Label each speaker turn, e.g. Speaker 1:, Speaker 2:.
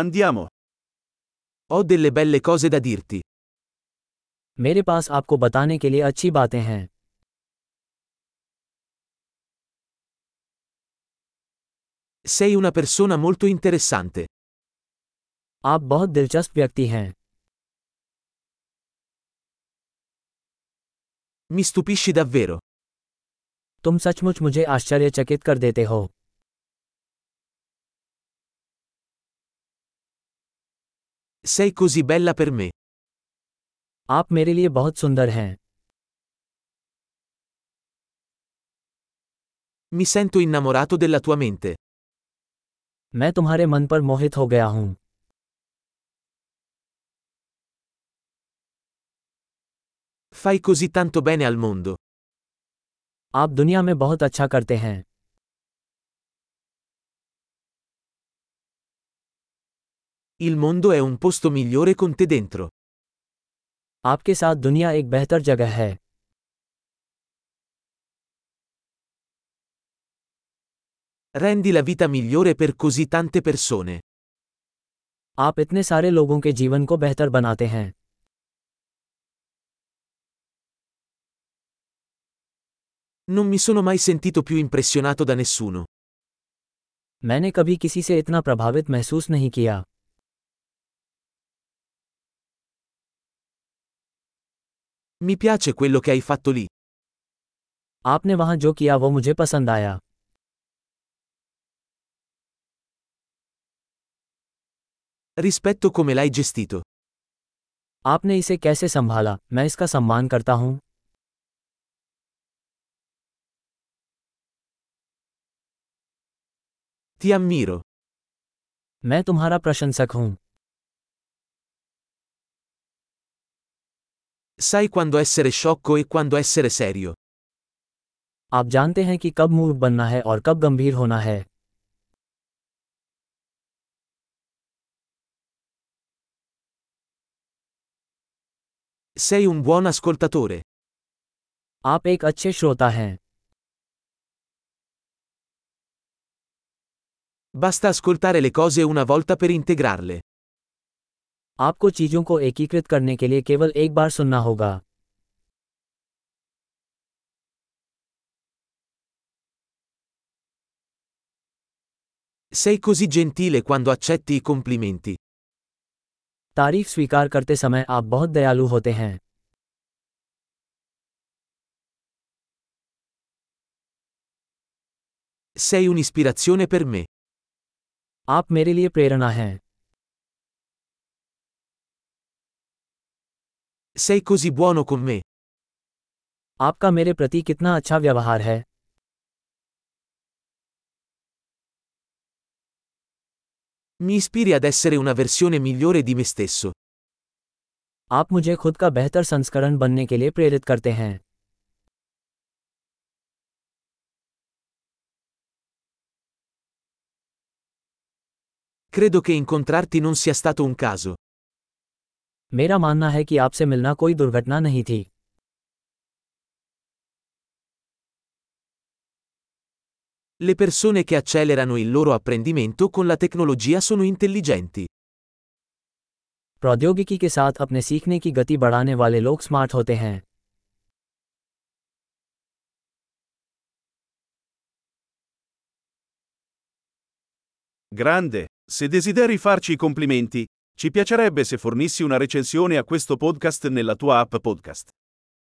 Speaker 1: Andiamo. Ho delle belle cose da dirti.
Speaker 2: मेरे पास आपको बताने के लिए अच्छी बातें हैं
Speaker 1: Sei una persona molto interessante.
Speaker 2: आप बहुत दिलचस्प व्यक्ति हैं
Speaker 1: Mi stupisci davvero.
Speaker 2: तुम सचमुच मुझे आश्चर्यचकित कर देते हो
Speaker 1: Sei così bella per me.
Speaker 2: आप मेरे लिए बहुत सुंदर हैं
Speaker 1: Mi sento innamorato della tua mente.
Speaker 2: मैं तुम्हारे मन पर मोहित हो गया हूँ
Speaker 1: Fai così tanto bene al mondo.
Speaker 2: आप दुनिया में बहुत अच्छा करते हैं
Speaker 1: Il mondo è un posto migliore con te dentro.
Speaker 2: आपके साथ दुनिया एक बेहतर जगह है
Speaker 1: Rendi la vita migliore per così tante persone.
Speaker 2: आप इतने सारे लोगों के जीवन को बेहतर बनाते हैं
Speaker 1: Non mi sono mai sentito più impressionato da nessuno.
Speaker 2: मैंने कभी किसी से इतना प्रभावित महसूस नहीं किया
Speaker 1: Mi piace quello che hai fatto lì.
Speaker 2: आपने वहाँ जो किया वो मुझे पसंद आया
Speaker 1: Rispetto come l'hai gestito.
Speaker 2: आपने इसे कैसे संभाला मैं इसका सम्मान करता हूँ
Speaker 1: Ti ammiro.
Speaker 2: मैं तुम्हारा प्रशंसक हूँ
Speaker 1: Sai quando essere sciocco e quando essere serio.
Speaker 2: आप जानते हैं कि कब मूर्ख बनना है और कब गंभीर होना है
Speaker 1: Sei un buon ascoltatore.
Speaker 2: आप एक अच्छे श्रोता हैं
Speaker 1: Basta ascoltare le cose una volta per integrarle.
Speaker 2: आपको चीजों को एकीकृत करने के लिए केवल एक बार सुनना होगा
Speaker 1: Sei così gentile quando accetti i complimenti.
Speaker 2: तारीफ स्वीकार करते समय आप बहुत दयालु होते हैं
Speaker 1: Sei un'ispirazione per me.
Speaker 2: आप मेरे लिए प्रेरणा हैं
Speaker 1: Sei così buono con me.
Speaker 2: आपका मेरे प्रति कितना अच्छा व्यवहार है
Speaker 1: Mi ispiri ad essere una versione migliore di me stesso.
Speaker 2: आप मुझे खुद का बेहतर संस्करण बनने के लिए प्रेरित करते हैं
Speaker 1: Credo che incontrarti non sia stato un caso.
Speaker 2: मेरा मानना है कि आपसे मिलना कोई दुर्घटना नहीं थी
Speaker 1: Le persone che accelerano il loro apprendimento con la tecnologia sono intelligenti.
Speaker 2: प्रौद्योगिकी के साथ अपने सीखने की गति बढ़ाने वाले लोग स्मार्ट होते हैं
Speaker 3: Grande, se desideri farci i complimenti, ci piacerebbe se fornissi una recensione a questo podcast nella tua app podcast.